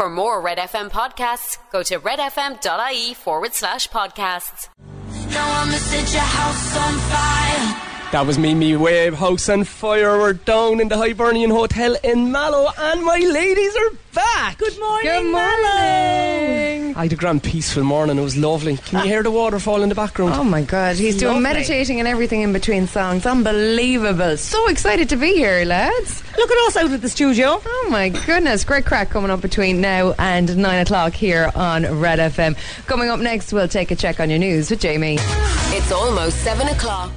For more Red FM podcasts, go to redfm.ie forward slash podcasts. That was me, me wave, house and fire. We're down in the Hibernian Hotel in Mallow, and my ladies are back. Good morning, Good morning. Mallow. I had a grand peaceful morning. It was lovely. Can you hear the waterfall in the background? Oh my God, he's doing Lovely. meditating and everything in between songs. Unbelievable. So excited to be here, lads. Look at us out at the studio. Oh my goodness, great crack coming up between now and nine o'clock here on Red FM. Coming up next, we'll take a check on your news with Jamie. It's almost seven o'clock.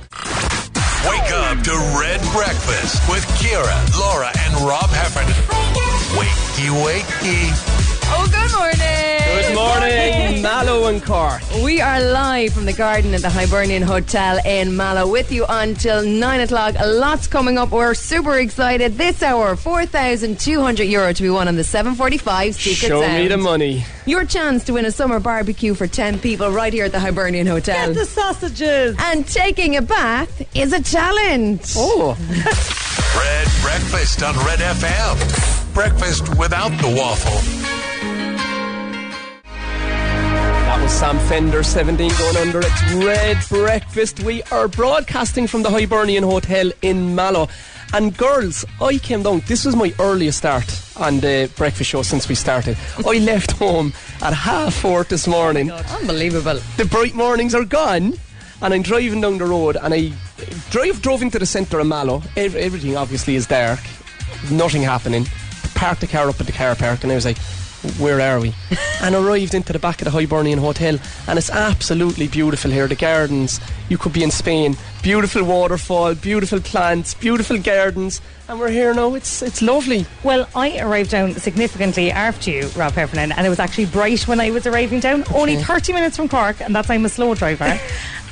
Wake up to Red Breakfast with Kira, Laura, and Rob Heffernan. Wakey, wakey. Oh, good morning. Good morning, Mallow and Cork. We are live from the garden at the Hibernian Hotel in Mallow with you until 9 o'clock. Lots coming up. We're super excited. This hour, 4,200 euro to be won on the 745 Secret Show me Sound. the money. Your chance to win a summer barbecue for 10 people right here at the Hibernian Hotel. Get the sausages. and taking a bath is a challenge. Oh, Red Breakfast on Red FM. Breakfast without the waffle. that was Sam Fender, 17 going under. It's Red Breakfast. We are broadcasting from the Hibernian Hotel in Mallow. And girls, I came down. This was my earliest start on the breakfast show since we started. I left home at half four this morning. Unbelievable. the bright mornings are gone and I'm driving down the road and I drive drove into the centre of Mallow. Ev- everything obviously is dark, nothing happening. Parked the car up at the car park and I was like, where are we? and arrived into the back of the Hibernian Hotel and it's absolutely beautiful here. The gardens, you could be in Spain. Beautiful waterfall, beautiful plants, beautiful gardens, and we're here now. It's it's lovely. Well, I arrived down significantly after you, Rob Heffernan, and it was actually bright when I was arriving down. Only 30 minutes from Cork, and that's I'm a slow driver.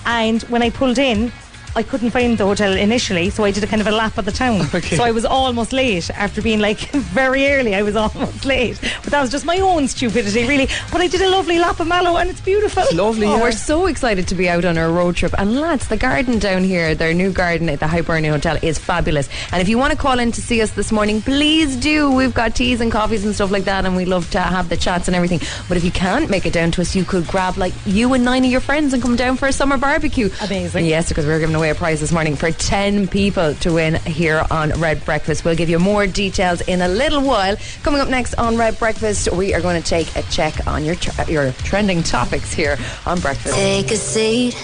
and when I pulled in, I couldn't find the hotel initially, so I did a kind of a lap of the town. Okay. So I was almost late after being like very early. I was almost late, but that was just my own stupidity, really. But I did a lovely lap of Mallow, and it's beautiful. It's lovely. Oh, yeah. we're so excited to be out on our road trip. And lads, the garden down here, their new garden at the Hibernian Hotel is fabulous. And if you want to call in to see us this morning, please do. We've got teas and coffees and stuff like that, and we love to have the chats and everything. But if you can't make it down to us, you could grab like you and nine of your friends and come down for a summer barbecue. Amazing. Yes, because we're giving away a prize this morning for 10 people to win here on Red Breakfast. We'll give you more details in a little while. Coming up next on Red Breakfast, we are going to take a check on your tr- your trending topics here on Breakfast. Take a seat.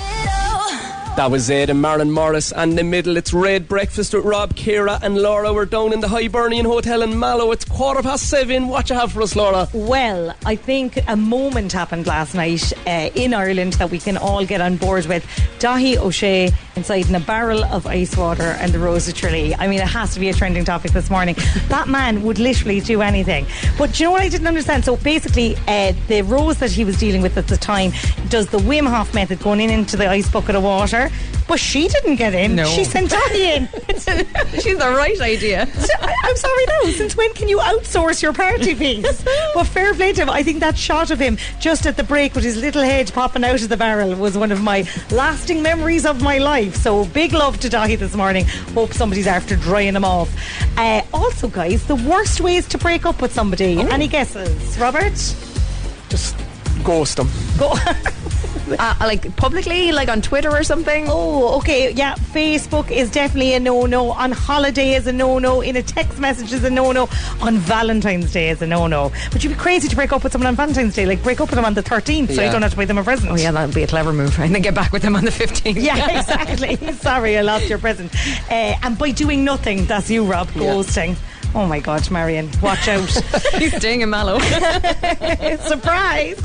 That was Ed and Marilyn Morris and the middle. It's Red Breakfast with Rob, Kira, and Laura. We're down in the Hibernian Hotel in Mallow. It's quarter past seven. What you have for us, Laura? Well, I think a moment happened last night uh, in Ireland that we can all get on board with. Dahi O'Shea inside in a barrel of ice water and the Rose of Tralee. I mean, it has to be a trending topic this morning. That man would literally do anything. But do you know what I didn't understand? So basically, uh, the rose that he was dealing with at the time does the Wim Hof method, going in into the ice bucket of water. But she didn't get in. No. She sent Dahi in. She's the right idea. I, I'm sorry though. Since when can you outsource your party piece? but fair play to him. I think that shot of him just at the break with his little head popping out of the barrel was one of my lasting memories of my life. So big love to Dahi this morning. Hope somebody's after drying him off. Uh, also, guys, the worst ways to break up with somebody. Any guesses, Robert? Just ghost them. Uh, like publicly, like on Twitter or something. Oh, okay. Yeah, Facebook is definitely a no no. On holiday is a no no. In a text message is a no no. On Valentine's Day is a no no. But you'd be crazy to break up with someone on Valentine's Day. Like, break up with them on the 13th so Yeah. you don't have to buy them a present. Oh yeah, that'd be a clever move, and then get back with them on the fifteenth. Yeah, exactly. Sorry, I lost your present. Uh, and by doing nothing, that's you, Rob, ghosting. Oh my God, Marion, watch out. he's staying in Mallow. Surprise!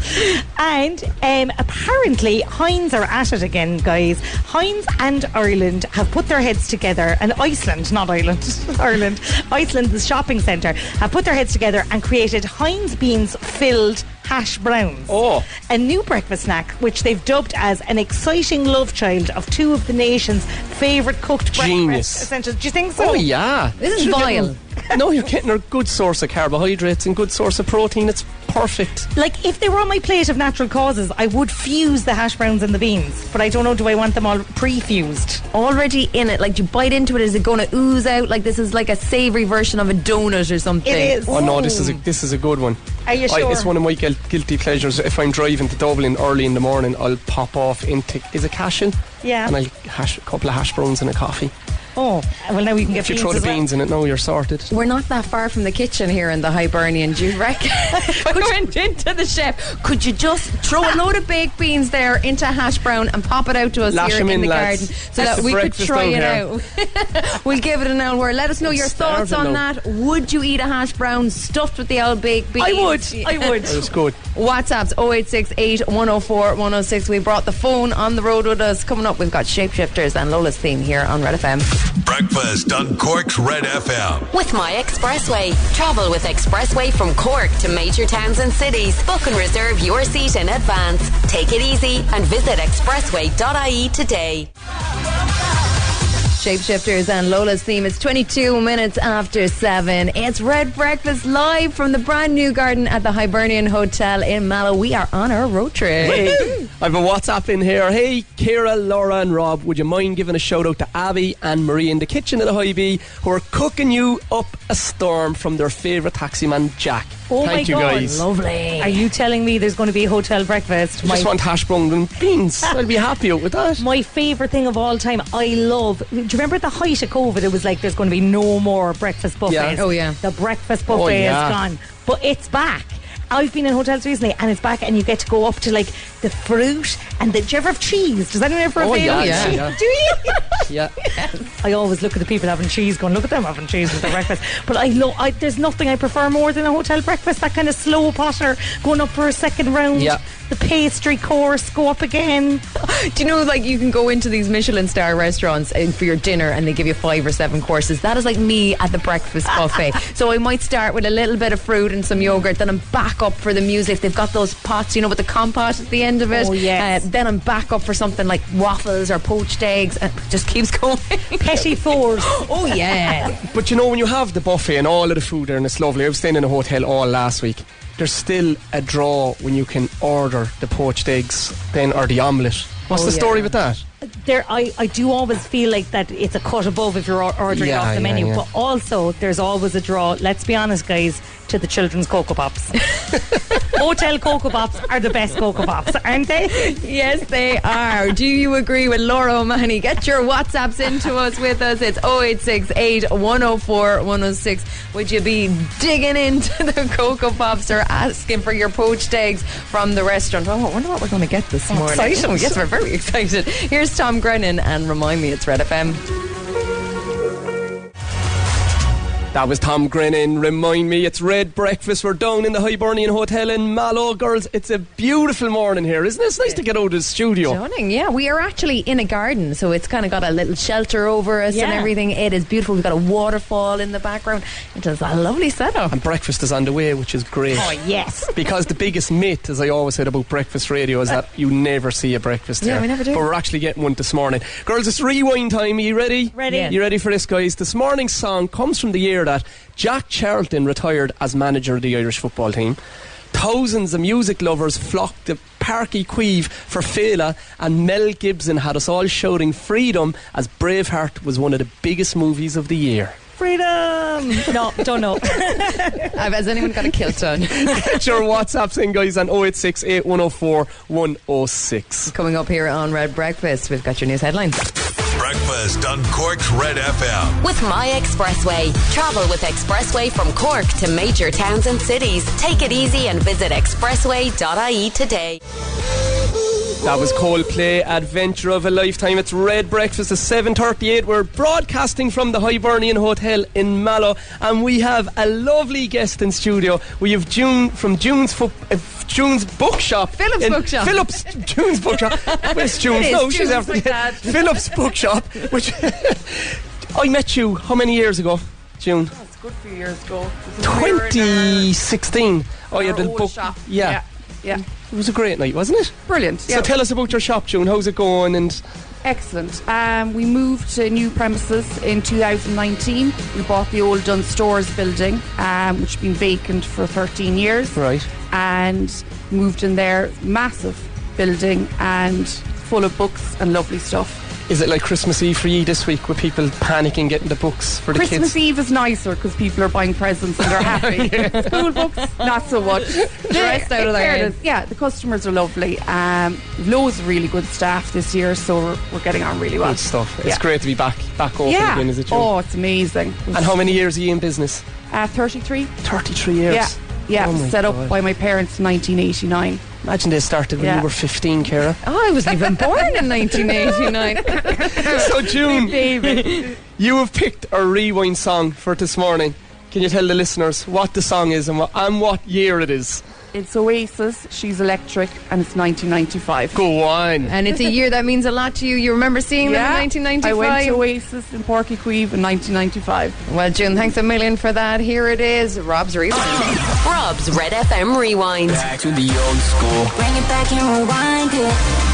And um, apparently, Heinz are at it again, guys. Heinz and Ireland have put their heads together, and Iceland, not Ireland, Ireland, Iceland, the shopping centre, have put their heads together and created Heinz beans filled hash browns. Oh. A new breakfast snack, which they've dubbed as an exciting love child of two of the nation's favourite cooked Genius. breakfast essentials. Do you think so? Oh yeah. This is vile. no, you're getting a good source of carbohydrates and good source of protein. It's perfect. Like, if they were on my plate of natural causes, I would fuse the hash browns and the beans. But I don't know, do I want them all pre fused? Already in it, like do you bite into it, is it going to ooze out? Like this is like a savory version of a donut or something. It is. Oh no, this is a this is a good one. Are you I, sure? it's one of my guil- guilty pleasures. If I'm driving to Dublin early in the morning, I'll pop off into is it cashin? Yeah. And I'll hash a couple of hash browns and a coffee. Oh, well, now we can get If you throw the as well. beans in it, now you're sorted. We're not that far from the kitchen here in the Hibernian, do you reckon? I went into the chef. Could you just throw a load of baked beans there into a hash brown and pop it out to us Lash here 'em in, the lads. garden so That's that the we could breakfast try out it here. out? we'll give it an hour. Let us know your thoughts on starving now. that. Would you eat a hash brown stuffed with the old baked beans? I would. I would. It's good. WhatsApp's 0868 104 106. We oh brought the phone on the road with us. Coming up, we've got Shapeshifters and Lola's theme here on Red FM. Breakfast on Cork's Red FM. With My Expressway. Travel with Expressway from Cork to major towns and cities. Book and reserve your seat in advance. Take it easy and visit expressway.ie today. Shapeshifters and Lola's theme. It's 22 minutes after 7. It's Red Breakfast live from the brand new garden at the Hibernian Hotel in Mallow. We are on our road trip. Hey, I've a WhatsApp in here. Hey, Kira, Laura, and Rob, would you mind giving a shout out to Abby and Marie in the kitchen at the High B who are cooking you up a storm from their favourite taxi man, Jack? Oh Thank my you God, guys. Lovely. Are you telling me there's going to be hotel breakfast? I just want hash brown and beans. I'll be happy out with that. my favourite thing of all time. I love. Do you remember at the height of COVID? It was like there's going to be no more breakfast buffets. Yeah. Oh, yeah. The breakfast buffet Oh, yeah. is gone, but it's back. I've been in hotels recently, and it's back, and you get to go up to like the fruit and the. Do you ever have cheese? Does anyone ever Oh, have yeah, yeah, cheese? yeah. Do you? Yeah. I always look at the people having cheese, going, look at them having cheese with their breakfast. But I love. I, there's nothing I prefer more than a hotel breakfast. That kind of slow potter, going up for a second round. Yeah. The pastry course, go up again. Do you know, like, you can go into these Michelin star restaurants uh, for your dinner and they give you five or seven courses. That is like me at the breakfast buffet. so I might start with a little bit of fruit and some yogurt. Then I'm back up for the music. They've got those pots, you know, with the compote at the end of it. Oh, yes. Uh, then I'm back up for something like waffles or poached eggs. And it just keeps going. Petty fours. oh, yeah. But you know, when you have the buffet and all of the food there, and it's lovely. I was staying in a hotel all last week. There's still a draw when you can order the poached eggs, then or the omelette. What's Oh, the yeah. story with that? there I, I do always feel like that it's a cut above if you're or- ordering Yeah, off the yeah, menu yeah. but also there's always a draw let's be honest guys to the children's cocoa pops hotel cocoa pops are the best cocoa pops aren't they yes, they are. Do you agree with Laura O'Mahony? Get your WhatsApps into us with us. It's 0868 104 106. Would you be digging into the Cocoa Pops or asking for your poached eggs from the restaurant? Oh, I wonder what we're going to get this morning. excited. Oh, yes, we're very excited. Here's Tom Grennan and remind me it's Red FM. That was Tom Grennan. Remind me, it's Red Breakfast. We're down in the Hibernian Hotel in Mallow. Girls, it's a beautiful morning here, isn't it? It's nice to get out of the studio. Stunning, yeah. We are actually in a garden, so it's kind of got a little shelter over us and Yeah. everything. It is beautiful. We've got a waterfall in the background. It is a lovely setup. And breakfast is on the way, which is great. oh yes Because the biggest myth, as I always said about breakfast radio, is that you never see a breakfast Yeah, here. we never do. But we're actually getting one this morning. Girls, it's rewind time. Are you ready? Ready. Yeah. You ready for this, guys? This morning's song comes from the year that Jack Charlton retired as manager of the Irish football team. Thousands of music lovers flocked to Parky Queeve for Fela, and Mel Gibson had us all shouting freedom as Braveheart was one of the biggest movies of the year. freedom no don't know Has anyone got a kilt on? Get your WhatsApps in, guys, on 086 8104 106. Coming up here on Red Breakfast, we've got your news headlines. Breakfast on Cork's Red FM. With My Expressway. Travel with Expressway from Cork to major towns and cities. Take it easy and visit expressway.ie today. That was Coldplay, Adventure of a Lifetime. It's Red Breakfast at 7.38. We're broadcasting from the Hibernian Hotel in Mallow and we have a lovely guest in studio. We have June from June's fo- uh, June's Bookshop. Philip's in- Bookshop. Philip's June's Bookshop. Where's June's? It is no, she's June's after like that. Philip's Bookshop, which... I met you how many years ago, June? good few years ago. It was when we were in uh, our- 2016. Oh, you our had a old book. shop. Yeah. yeah, yeah. It was a great night, wasn't it? brilliant. So yeah. tell us about your shop, June. How's it going? And Excellent. Um, we moved to new premises in 2019. We bought the old Dunn Stores building, um, which had been vacant for 13 years, Right. and moved in there. Massive building and full of books and lovely stuff. Is it like Christmas Eve for you this week with people panicking getting the books for the Christmas kids? Eve is nicer because people are buying presents and they're happy. School books, not so much. Dressed out of their heads. Yeah, the customers are lovely. Um, loads of really good staff this year, so we're, we're getting on really well. Good stuff. It's Yeah. great to be back back open yeah. again, is it true? oh, it's amazing. And how many years are you in business? Uh, 33? 33 years. Yeah. Yeah, Oh my set up God. by my parents in 1989. Imagine they started when you Yeah. were 15, Cara. Oh, I wasn't even born in 1989. Oh. so, June, you have picked a rewind song for this morning. Can you tell the listeners what the song is and what, and what year it is? It's Oasis, She's Electric, and it's 1995. Go on. and it's a year that means a lot to you. You remember seeing Yeah, them in I went 1995. to Oasis in Porky Queeve in 1995. Well, June, thanks a million for that. Here it is, Rob's Rewind. Rob's Red FM Rewind. Back to the old school. Bring it back and rewind it.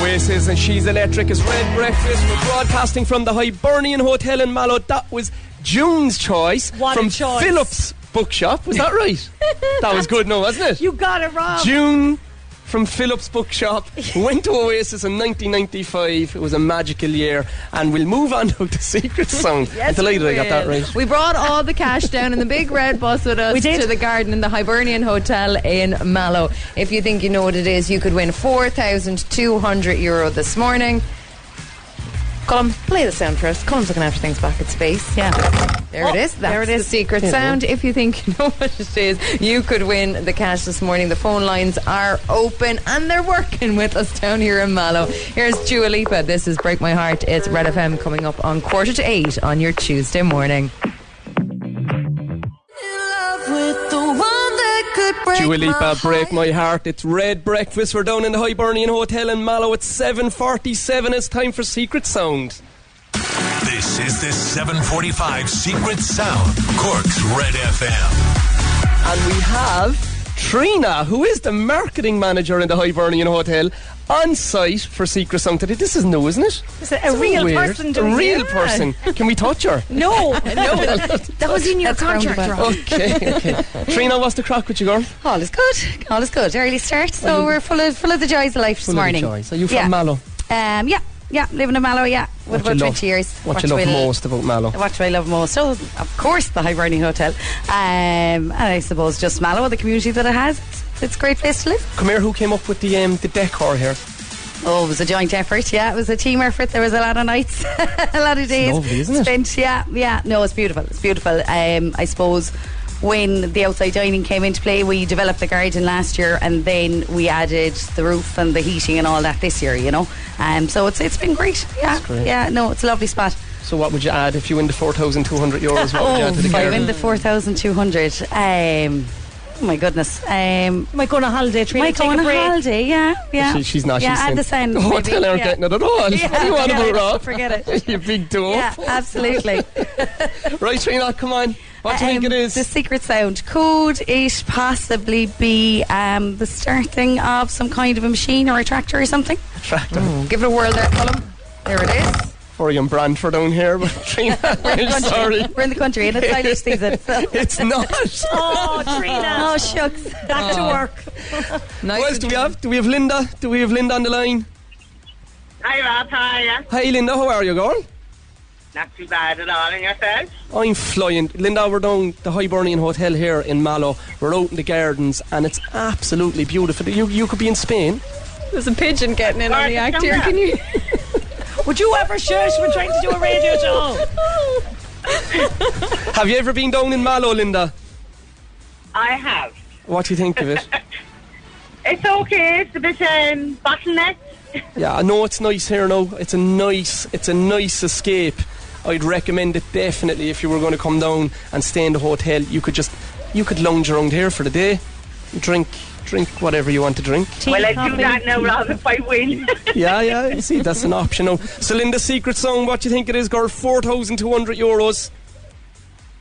Oasis and She's Electric is Red Breakfast. We're broadcasting from the Hibernian Hotel in Mallow. That was June's choice What a from choice. Phillips Bookshop. Was that right? that was good, no, wasn't it? You got it wrong. June from Phillips Bookshop went to Oasis in 1995. It was a magical year, and we'll move on to the secret song. I'm delighted I got that right. We brought all the cash down in the big red bus with us We did. to the garden in the Hibernian Hotel in Mallow. If you think you know what it is, you could win 4,200 euro this morning. Colin, play the sound first. Colin's looking after things back at space. Yeah. Oh, There it is. That's there it is. the secret sound. If you think you know what it is, you could win the cash this morning. The phone lines are open and they're working with us down here in Mallow. Here's Dua Lipa. This is Break My Heart. It's Red FM coming up on quarter to eight on your Tuesday morning. Dua Lipa, break my heart. It's Red Breakfast. We're down in the Hibernian Hotel in Mallow. It's 7:47. It's time for Secret Sound. This is the 745 Secret Sound, Cork's Red FM. And we have Trina, who is the marketing manager in the Hibernian Hotel, on site for Secret Sound today. This is new, isn't it? It's a- a real Weird. person A doing real it. person. Can we touch her? No, no. That was in your contract, Okay, okay. Trina, what's the crack with you, girl? All is good. All is good. Early start, so we're full of full of the joys of life this Full of morning. joy. So you from yeah. Mallow? Um, yeah, yeah. Living in Mallow. Yeah. What What you about love- twenty years? What, you love will- most about Mallow? What do I love most? Oh, of course, the Hibernian Hotel, um, and I suppose just Mallow, the community that it has. It's, it's a great place to live. Come here, who came up with the um, the decor here? Oh, it was a joint effort. Yeah, it was a team effort. There was a lot of nights, a lot of days lovely, isn't it? spent. Yeah, yeah. No, it's beautiful. It's beautiful. Um, I suppose when the outside dining came into play, we developed the garden last year, and then we added the roof and the heating and all that this year. You know, um, so it's it's been great. Yeah, great. yeah. No, it's a lovely spot. So what would you add if you win the 4,200 euros? What would you add to the if I win garden? the four thousand two hundred, um, oh my goodness. Um, Might go on a holiday, Trina. might go take on a a break. holiday, yeah, yeah. She, she's not. Yeah, she's add saying, the sand. Oh, maybe, tell her yeah. getting it at all. Yeah, what do you want forget about it, Rob? forget it. you big dwarf. Yeah, absolutely. Right, Trina, come on. What do you think Um, it is? The secret sound. Could it possibly be um, the starting of some kind of a machine or a tractor or something? Mm. Tractor. Give it a whirl there, Colin. There it is. Sorry, I'm brand for down here, but Trina, I'm sorry. We're in the country and it's Irish season. So. It's not. Oh, Trina. Oh, shucks. Back to work. Who else Nice. do we have? Do we have Linda? Do we have Linda on the line? Hi Rob, how are you? Hey, Linda, how are you, girl? Not too bad at all, and yourself? I'm flying. Linda, we're down the Hibernian Hotel here in Mallow. We're out in the gardens and it's absolutely beautiful. You, you could be in Spain. There's a pigeon getting in on the Alright, act come here. here. Can you? Would you ever shush? We're trying to do a radio show. Have you ever been down in Mallow, Linda? I have. What do you think of it? It's okay, it's a bit um, bottleneck. yeah, I know it's nice here now. It's a nice, it's a nice escape. I'd recommend it definitely if you were going to come down and stay in the hotel. You could just, you could lounge around here for the day, drink, drink whatever you want to drink. well, I do that now, Rob, if I win. yeah, yeah. You see, that's an option now. So, Linda, secret song. What do you think it is, girl? Four thousand two hundred euros.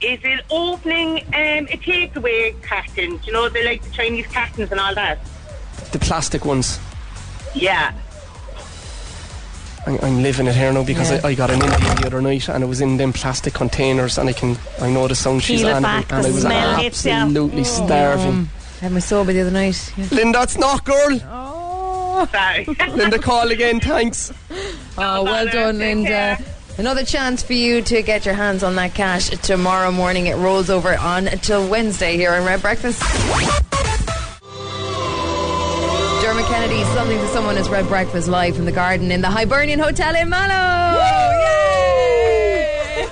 is it opening um, a takeaway carton? Do you know, they like the Chinese cartons and all that. The plastic ones. Yeah. I, I'm living it here now because Yeah. I, I got an indie the other night and it was in them plastic containers and I can I know the sound she's Peel it on back, and, and the I was smell hits ya. absolutely Mm. starving. I had my sober the other night. Yeah. Linda, it's not girl. Sorry. Linda, call again. Thanks. Oh, well done, Linda. Another chance for you to get your hands on that cash tomorrow morning. It rolls over on till Wednesday here on Red Breakfast. Dermot Kennedy, something for someone is Red Breakfast live from the garden in the Hibernian Hotel in Mallow. Yay!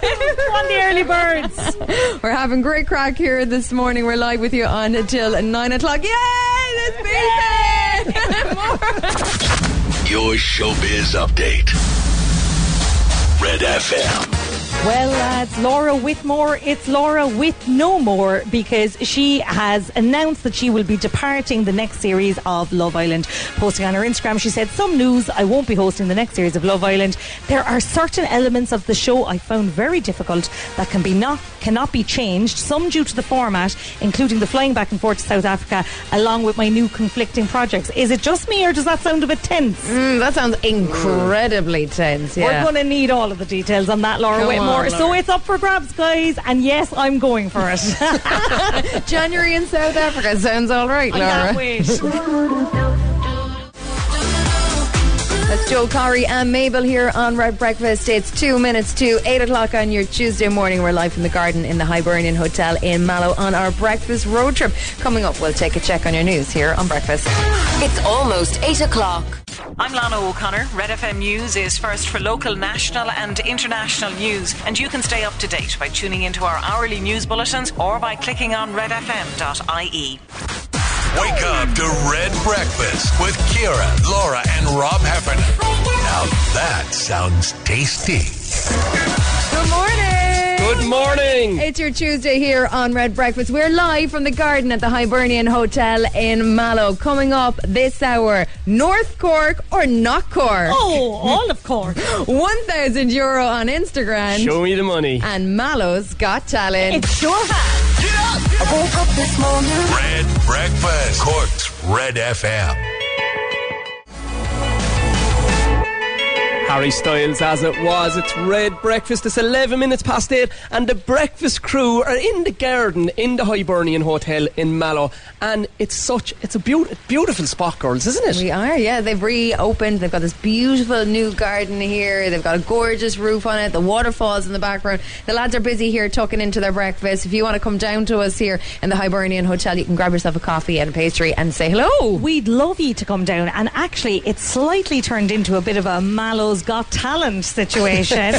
Won the early birds. We're having great crack here this morning. We're live with you on until nine o'clock. Yay! Let's beat it! Your showbiz update. Red FM. Well, lads, Laura Whitmore, it's Laura with no more because she has announced that she will be departing the next series of Love Island. Posting on her Instagram, she said, Some news, I won't be hosting the next series of Love Island. There are certain elements of the show I found very difficult that can be not cannot be changed, some due to the format, including the flying back and forth to South Africa, along with my new conflicting projects. Is it just me or does that sound a bit tense? Hmm, that sounds incredibly tense. Yeah. We're going to need all of the details on that, Laura Come Whitmore. on, So Laura. it's up for grabs, guys. And yes, I'm going for it. January in South Africa sounds all right, Laura. That's Joe Corey and Mabel here on Red Breakfast. It's two minutes to eight o'clock on your Tuesday morning. We're live from the garden in the Hibernian Hotel in Mallow on our breakfast road trip. Coming up, we'll take a check on your news here on Breakfast. It's almost 8 o'clock. I'm Lana O'Connor. Red FM News is first for local, national, and international news. And you can stay up to date by tuning into our hourly news bulletins or by clicking on redfm.ie. Wake up to Red Breakfast with Kira, Laura, and Rob Heffernan. Now that sounds tasty. Good morning. Good morning. It's your Tuesday here on Red Breakfast. We're live from the garden at the Hibernian Hotel in Mallow. Coming up this hour, North Cork or not Cork? Oh, all of Cork. 1,000 euro on Instagram. Show me the money. And Mallow's Got Talent. It sure has. I woke up this morning. Red Breakfast. Cork's Red FM. Harry Styles as it was. It's Red Breakfast. It's 11 minutes past 8 and the breakfast crew are in the garden in the Hibernian Hotel in Mallow and it's such it's a beaut- beautiful spot girls, isn't it? We are, yeah. They've reopened. They've got this beautiful new garden here. They've got a gorgeous roof on it. The waterfalls in the background. The lads are busy here tucking into their breakfast. If you want to come down to us here in the Hibernian Hotel, you can grab yourself a coffee and a pastry and say hello. We'd love you to come down. And actually, it's slightly turned into a bit of a Mallow's Got Talent situation.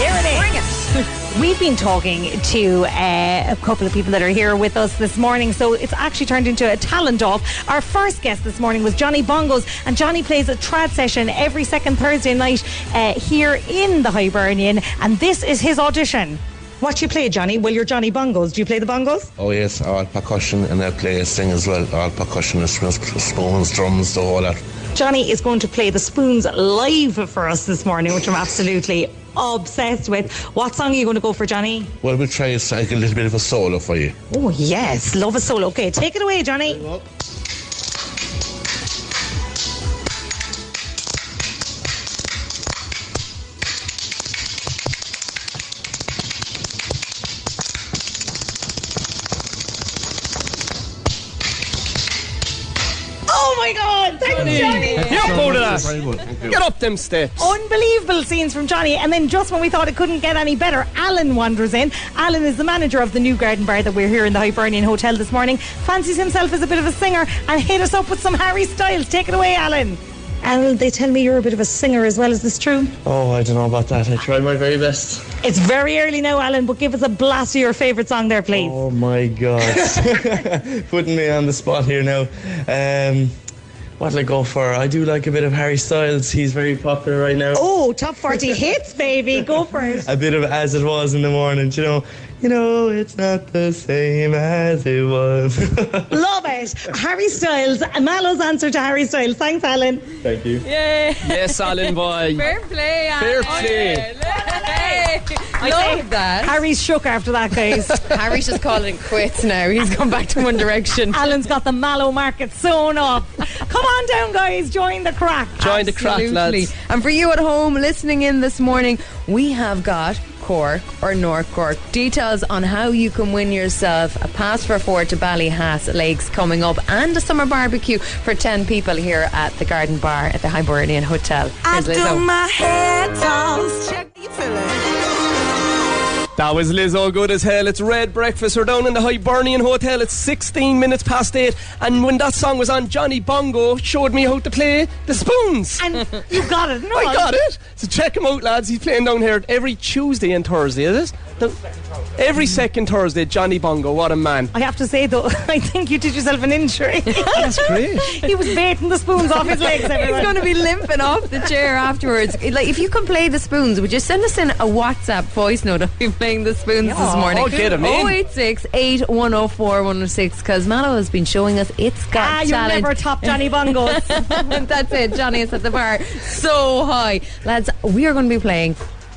Here it is. We've been talking to uh, a couple of people that are here with us this morning, so it's actually turned into a talent off. Our first guest this morning was Johnny Bongos, and Johnny plays a trad session every second Thursday night uh, here in the Hibernian, and this is his audition. What you play, Johnny? Well, you're Johnny Bongos. Do you play the bongos? Oh yes, all percussion and I play a sing as well. All percussion instruments, spoons, drums, the whole lot. Johnny is going to play the spoons live for us this morning, which I'm absolutely obsessed with. What song are you going to go for, Johnny? Well, we'll try a, a little bit of a solo for you. Oh, yes, love a solo. Okay, take it away, Johnny. Oh my God! Thank you, Johnny. Get up out of that. Very good, thank you. Oh. Get up them steps. Unbelievable scenes from Johnny. And then just when we thought it couldn't get any better, Alan wanders in. Alan is the manager of the new garden bar that we're here in the Hibernian Hotel this morning. Fancies himself as a bit of a singer and hit us up with some Harry Styles. Take it away, Alan. Alan, they tell me you're a bit of a singer as well. Is this true? Oh, I don't know about that. I tried my very best. It's very early now, Alan, but give us a blast of your favourite song there, please. Oh my God, putting me on the spot here now. Um, what'll I go for? I do like a bit of Harry Styles. He's very popular right now. Oh, top 40 hits, baby. Go for it. a bit of as it was in the morning. You know, you know, it's not the same as it was. Love it. Harry Styles. Mallow's answer to Harry Styles. Thanks, Alan. Thank you. Yay. Yes, Alan boy. Fair play. Fair play. I love that. Harry's shook after that, guys. Harry's just calling it quits now. He's gone back to One Direction. Alan's got the mallow market sewn up. Come on down, guys. Join the crack. Join the crack, Absolutely. lads. And for you at home listening in this morning, we have got Cork or North Cork. Details on how you can win yourself a pass for four to Ballyhass Lakes coming up and a summer barbecue for 10 people here at the Garden Bar at the Hibernian Hotel. I Here's Lizzo. do my hair toss. Check you That was Liz all good as hell. It's Red Breakfast. We're down in the Hibernian Hotel. It's 16 minutes past 8. And when that song was on, Johnny Bongo showed me how to play the spoons. And you got it. No, I got it. So check him out, lads. He's playing down here every Tuesday and Thursday, is it? No, Every second Thursday, Johnny Bongo. What a man. I have to say though, I think you did yourself an injury. That's great. he was baiting the spoons off his legs. Everyone. He's going to be limping off the chair afterwards. It- Like, if you can play the spoons, would you send us in a WhatsApp voice note of you playing the spoons this Yeah. morning? Oh, get 'em in. 086 8104 106 because oh Mallow has been showing us it's got Ah, you'll talent. never top Johnny Bungles. That's it. Johnny is at the bar so high. Lads, we are going to be playing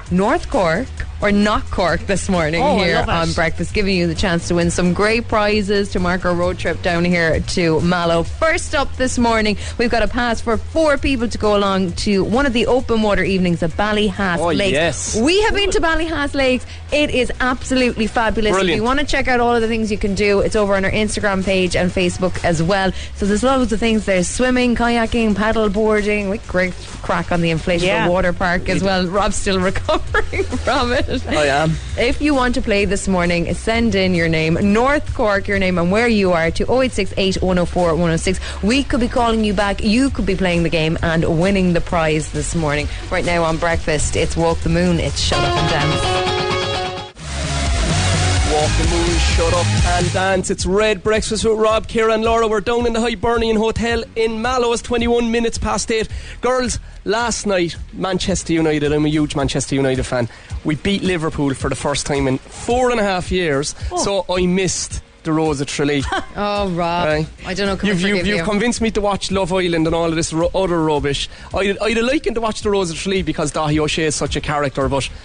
North Cork or not Cork this morning Oh, I here love it. on Breakfast, giving you the chance to win some great prizes to mark our road trip down here to Mallow. First up this morning, we've got a pass for four people to go along to one of the open water evenings at Ballyhass Oh, Lakes. yes. We have been to Ballyhass Lakes. It is absolutely fabulous. If you Brilliant. want to check out all of the things you can do, it's over on our Instagram page and Facebook as well. So there's loads of things. There's swimming, kayaking, paddle boarding. We great crack on the inflatable Yeah. water park as well. Rob's still recovering from it. I am. If you want to play this morning, send in your name, North Cork, your name and where you are to 0868 104 106. We could be calling you back. You could be playing the game and winning the prize this morning. Right now on breakfast, it's Walk the Moon, it's Shut Up and Dance. Walk the moon, shut up and dance. It's Red Breakfast with Rob, Kira, and Laura. We're down in the Hibernian Hotel in Mallow. It's 21 minutes past 8. Girls, last night, Manchester United, I'm a huge Manchester United fan. We beat Liverpool for the first time in four and a half years, so I missed the Rosa Tralee. eh? Oh, Rob. Right. I don't know. Can You've, I forgive you've, you, you've convinced me to watch Love Island and all of this ro- other rubbish. I'd, I'd have likened to watch the Rosa Tralee because Dahi O'Shea is such a character, but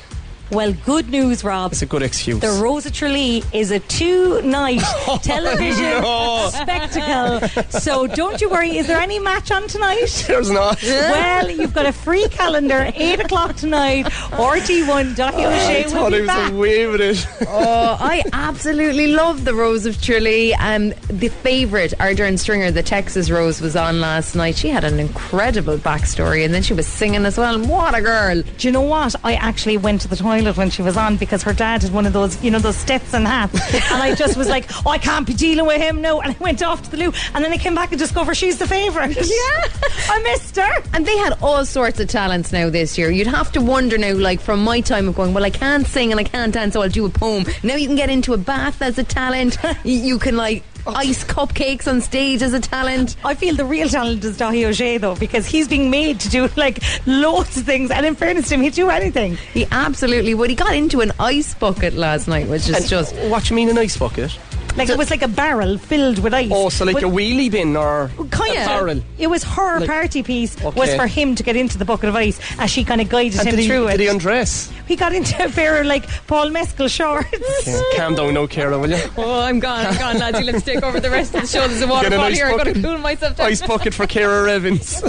Well, good news, Rob. it's a good excuse. The Rosa Tralee is a two-night television no. spectacle. So don't you worry. Is there any match on tonight? There's not. Well, you've got a free calendar, 8 o'clock tonight, RT1, Dahi I O'Shea will thought be it was back. a way with it. oh, I absolutely love the Rose of Tralee. Um, the favourite, Ardern Stringer, the Texas Rose, was on last night. She had an incredible backstory, and then she was singing as well. And what a girl! Do you know what? I actually went to the toilet when she was on because her dad had one of those, you know, those Stetson hats. and I just was like, oh, I can't be dealing with him now. And I went off to the loo. And then I came back and discovered she's the favourite. Yeah. I missed her. And they had all sorts of talents now this year. You'd have to wonder now, like from my time of going, well, I can't sing and I can't dance, so I'll do a poem. Now you can get into a bath as a talent. Y- you can like ice cupcakes on stage as a talent. I feel the real talent is Dahi O'Shea, though, because he's being made to do like loads of things. And in fairness to him, he'd do anything. He absolutely would. He got into an ice bucket last night, which is just What do you mean an ice bucket? Like it was like a barrel filled with ice. Oh, so like But- a wheelie bin or Kind a of. barrel? It was her Like- party piece was Okay. for him to get into the bucket of ice as she kind of guided And him did he, through it. did he undress? He got into a pair of like Paul Mescal shorts. Yeah, Mm. calm down, no Kira, will you? Oh, I'm gone. I'm gone, lads. Let's take over the rest of the show. There's a Get an waterfall ice here. I'm going to bucket. cool myself down. Ice bucket for Kira Evans.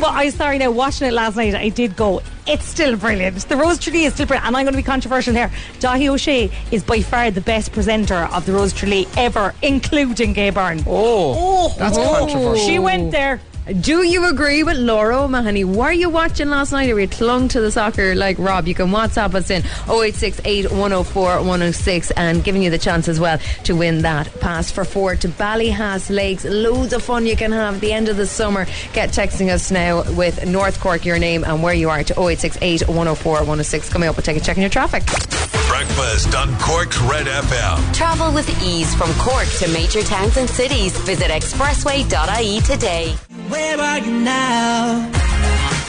Well, I'm sorry now, watching it last night, I did go, it's still brilliant. The Rose Tralee is still brilliant. And I'm going to be controversial here. Dahi O'Shea is by far the best presenter of the Rose Tralee ever, including Gay Byrne. Oh, that's controversial. She went there. Do you agree with Laura O'Mahony? Were you watching last night or were you clung to the soccer like Rob? You can WhatsApp us in 0868 104 106 and giving you the chance as well to win that pass for four to Ballyhass Lakes. Loads of fun you can have at the end of the summer. Get texting us now with North Cork, your name and where you are to 0868 104 106. Coming up, we'll take a check on your traffic. Breakfast on Cork's Red FM. Travel with ease from Cork to major towns and cities. Visit expressway.ie today. Where are you now?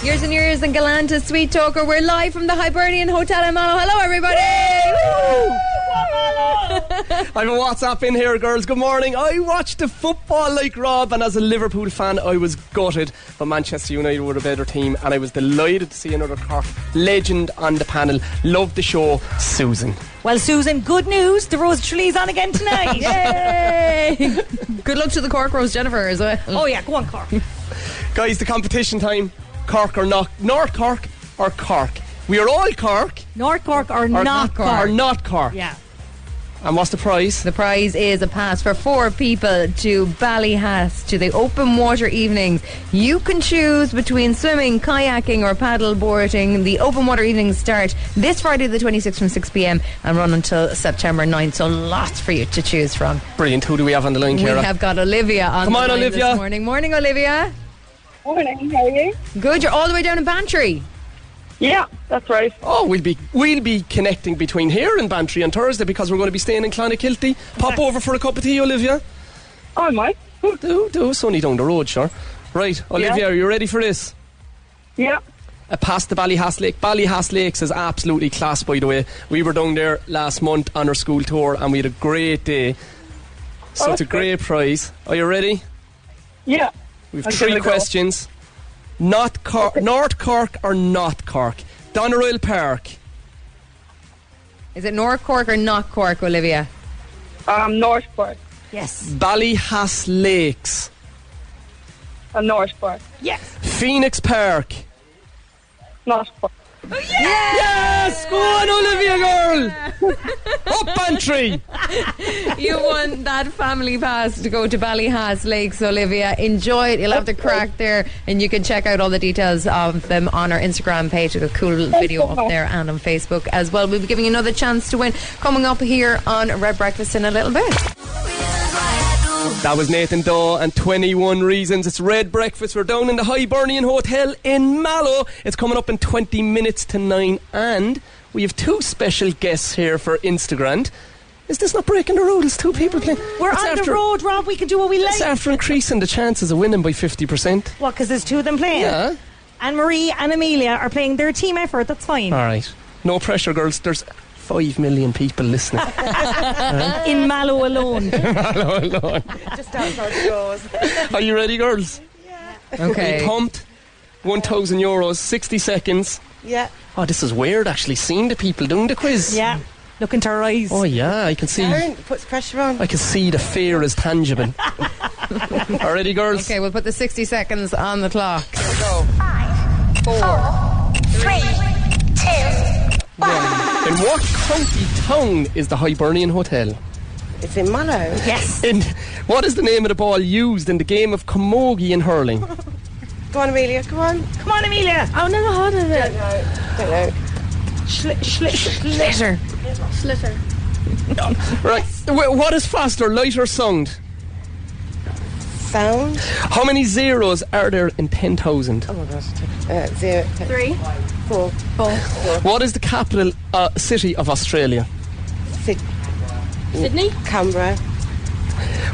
Years and years and Galanta Sweet Talker. We're live from the Hibernian Hotel in Mallow. Hello, everybody. Woo! I have a WhatsApp in here, girls. Good morning. I watched the football like Rob, and as a Liverpool fan, I was gutted. But Manchester United were a better team, and I was delighted to see another Cork legend on the panel. Love the show, Susan. Well, Susan, good news. The Rose Tree's on again tonight. Yay! good luck to the Cork Rose Jennifer as well. Oh, yeah, go on, Cork. Guys, the competition time Cork or not, North Cork or Cork. We are all Cork. North Cork or, not Cork. Or not Cork. Yeah. And what's the prize? The prize is a pass for four people to Ballyhass to the open water evenings. You can choose between swimming, kayaking, or paddle boarding. The open water evenings start this Friday, the 26th, from 6 pm and run until September 9th. So lots for you to choose from. Brilliant. Who do we have on the line, We Kira? have got Olivia on Come the on, line Olivia. this morning. Morning, Olivia. Morning, how are you? Good. You're all the way down in Bantry. Yeah, that's right. Oh, we'll be we'll be connecting between here and Bantry on Thursday because we're going to be staying in Clonakilty. Pop over for a cup of tea, Olivia. Oh, I might. Do do it's only down the road, sure. Right, Olivia, Yeah. are you ready for this? Yeah. Uh, past the Ballyhass Lake. Ballyhass Lakes is absolutely class, by the way. We were down there last month on our school tour and we had a great day. So it's a great prize. Are you ready? Yeah. We've I'll give it three a go. questions. Not Cork, North Cork or not Cork? Doneraile Park. Is it North Cork or not Cork, Olivia? Um, North Park. Yes. Ballyhass Lakes. Uh, North Park. Yes. Phoenix Park. North Park. Yes! Go on, Olivia girl! Up Bantry! You won that family pass to go to Ballyhass Lakes, Olivia. Enjoy it. You'll have the crack there, and you can check out all the details of them on our Instagram page. We've got a cool little video up there and on Facebook as well. We'll be giving you another chance to win coming up here on Red Breakfast in a little bit. That was Nathan Daw and 21 Reasons. It's Red Breakfast. We're down in the Hibernian Hotel in Mallow. It's coming up in 20 minutes to 9. And we have two special guests here for Instagram. Is this not breaking the rules? Two people playing. We're It's on the after- road, Rob. We can do what we like. It's after increasing the chances of winning by 50%. What, because there's two of them playing? Yeah. Anne Marie and Amelia are playing their team effort. That's fine. All right. No pressure, girls. There's 5 million people listening. In Mallow alone. Hello, hello. Just outside the doors. Are you ready, girls? Are you Okay. pumped? 1,000 euros, 60 seconds. Yeah. Oh, this is weird actually, seeing the people doing the quiz. yeah. Look into her eyes. Oh, yeah, I can see. Aaron puts pressure on. I can see the fear is tangible. Already, girls? Okay, we'll put the 60 seconds on the clock. In what county town is the Hibernian Hotel? It's in Mallow. Yes. In what is the name of the ball used in the game of camogie in hurling? Go on, Amelia. Come on. Come on, Amelia. I've never heard of it. Don't know. Don't know. Schli- schli- schlitter. Right. wh- What is faster, light or sound? Sound. How many zeros are there in 10,000? Oh my gosh. Uh, zero. Three. Four. Four. Four. What is the capital uh, city of Australia? Sid- Sydney. Canberra.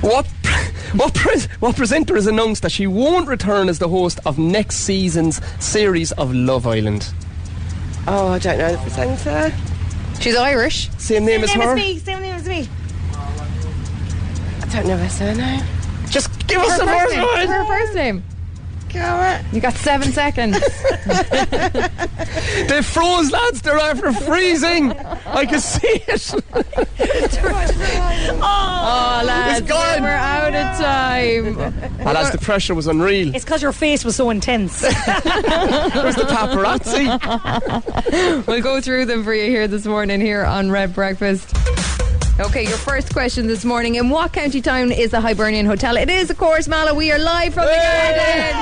What pre- what pres what presenter has announced that she won't return as the host of next season's series of Love Island? Oh, I don't know the presenter. She's Irish. Same name as Same her. as me. Same name as me. I don't know her surname. Just give us the first Her one. first name. Garrett. You got seven seconds. They froze, lads. They're after freezing. I can see it. Oh, lads, gone. we're out of time. Ah, lads, the pressure was unreal. It It's because your face was so intense. was the paparazzi. We'll go through them for you here this morning here on Red Breakfast. Okay, your first question this morning. In what county town is the Hibernian Hotel? It is, of course, Mala. We are live from the garden.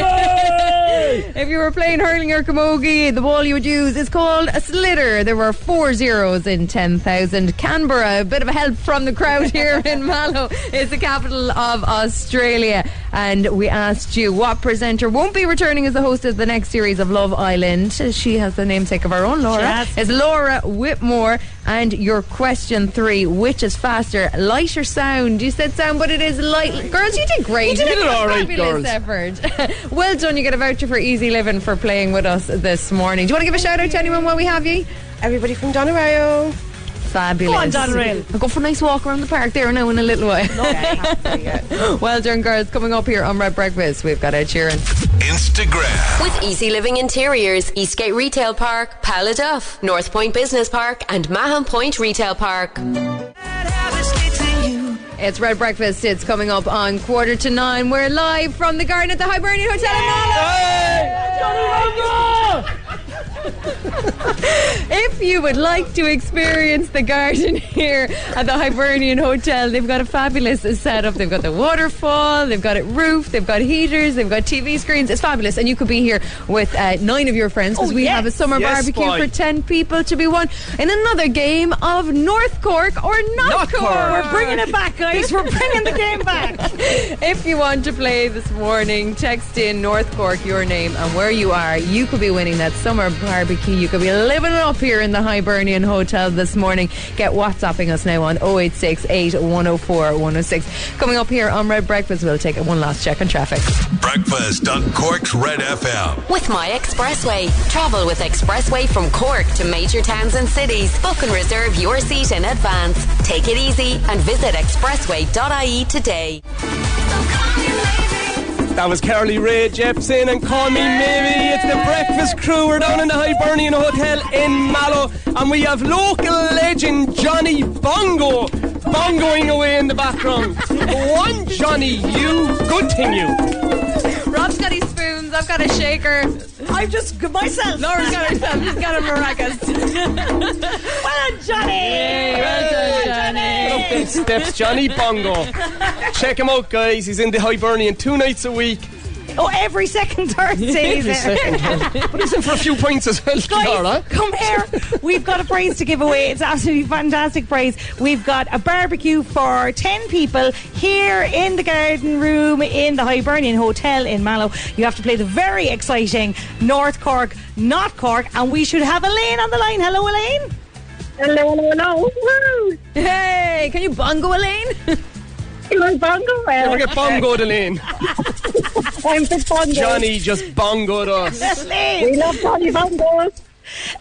Yay! If you were playing hurling or camogie, the ball you would use is called a slitter. There were four zeros in 10,000. Canberra, a bit of help from the crowd here in Mallow, is the capital of Australia. And we asked you what presenter won't be returning as the host of the next series of Love Island. She has the namesake of her own, Laura. She has. It's Laura Whitmore. And your question three which is faster, light or sound? You said sound, but it is light. Girls, you did great. You did it all right, girls. Fabulous effort. well done. You get a voucher for Easy Living for playing with us this morning. Do you want to give a shout out to anyone while we have you? Everybody from Doneraile. Fabulous. Go on, Doneraile. I'll go for a nice walk around the park there now in a little while. well done, girls. Coming up here on Red Breakfast, we've got Ed Sheeran. Instagram. With Easy Living Interiors, Eastgate Retail Park, Paladuff, North Point Business Park, and Mahon Point Retail Park. It's Red Breakfast. It's coming up on quarter to nine. We're live from the garden at the Hibernian Hotel in Mallow. if you would like to experience the garden here at the Hibernian Hotel, they've got a fabulous setup. They've got the waterfall, they've got it roofed, they've got heaters, they've got TV screens. It's fabulous. And you could be here with uh, nine of your friends because Oh, we yes. have a summer Yes, barbecue boy. for 10 people to be won in another game of North Cork or Not, Not Cork. Cork. We're bringing it back, guys. We're bringing the game back. if you want to play this morning, text in North Cork your name and where you are. You could be winning that summer barbecue. You could be living it up here in the Hibernian Hotel this morning. Get WhatsApping us now on 086 8104 106. Coming up here on Red Breakfast, we'll take one last check on traffic. Breakfast on Cork's Red FM. With My Expressway, travel with Expressway from Cork to major towns and cities. Book and reserve your seat in advance. Take it easy and visit expressway.ie today. That was Carly Rae Jepson and Call Me Maybe. It's the Breakfast Crew. We're down in the Hibernian Hotel in Mallow, and we have local legend Johnny Bongo bongoing away in the background. One Johnny, you good thing you. Rob's got his spoons. I've got a shaker. I've just got myself. Laura's got herself. She's got a maracas. well done, Johnny. Hey, well done, Johnny. Up them steps, Johnny Bongo. Check him out, guys. He's in the Hibernian two nights a week. Oh, every second Thursday. Every second. But he's in for a few points as well. Guys, Laura. come here. We've got a prize to give away. It's absolutely fantastic prize. We've got a barbecue for 10 people here in the garden room in the Hibernian Hotel in Mallow. You have to play the very exciting North Cork, not Cork. And we should have Elaine on the line. Hello, Elaine. Hello, hello, hello. Woo. Hey, can you bongo, Elaine? Can I bongo? Don't get bongoed, Elaine. I'm just bongo. Johnny just bongoed us. Elaine. We love Johnny Bongos.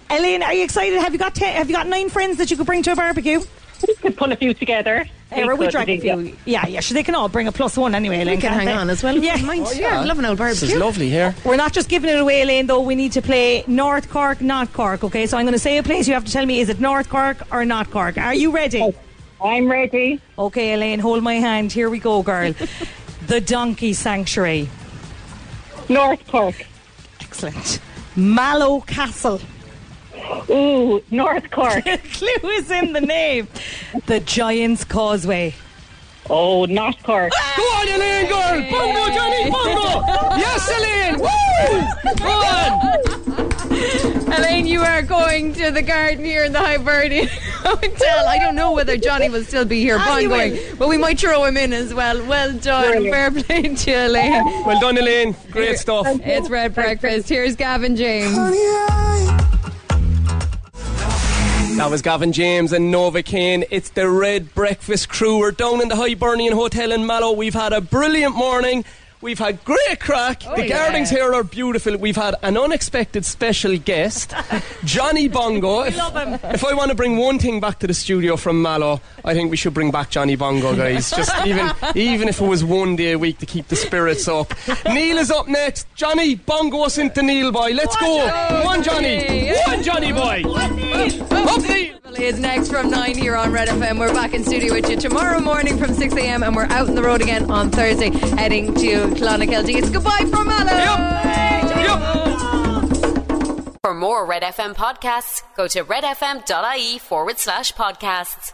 Elaine, are you excited? Have you got ten, have you got nine friends that you could bring to a barbecue? We could pull a few together. Hey, we could, drag a yeah. few. Yeah, yeah. Sure, they can all bring a plus one anyway. Elaine, We can can't hang they? on as well. Yeah, Mind. Oh, yeah. I love an old This is barbecue. lovely here. We're not just giving it away, Elaine, though. We need to play North Cork, not Cork, okay? So I'm going to say a place. You have to tell me, is it North Cork or not Cork? Are you ready? I'm ready. Okay, Elaine, hold my hand. Here we go, girl. the Donkey Sanctuary. North Cork. Excellent. Mallow Castle. Ooh, North Cork. Clue is in the name. The Giant's Causeway. oh, North Cork. Go on, Elaine, girl! Bongo, Johnny, bongo! Yes, Elaine! Woo! Go on! Elaine, you are going to the garden here in the Hibernian Hotel. I don't know whether Johnny will still be here, but I'm Anyway. going. But we might throw him in as well. Well done. Fair play to you, Elaine. Well done, Elaine. Great stuff. It's Red Breakfast. Here's Gavin James. That was Gavin James and Nova Kane. It's the Red Breakfast crew. We're down in the Hibernian Hotel in Mallow. We've had a brilliant morning. We've had great crack. Oh, the yeah. gardens here are beautiful. We've had an unexpected special guest, Johnny Bongo. If, love him. if I want to bring one thing back to the studio from Mallow, I think we should bring back Johnny Bongo, guys. Just even even if it was one day a week to keep the spirits up. Neil is up next. Johnny Bongo us into Neil, boy. Let's go. One Johnny. One Johnny, boy. Up Neil. Is next from 9 here on Red FM. We're back in studio with you tomorrow morning from 6 a.m. and we're out on the road again on Thursday heading to Clonakilty. It's goodbye from Mallow. For more Red FM podcasts, go to redfm.ie forward slash podcasts.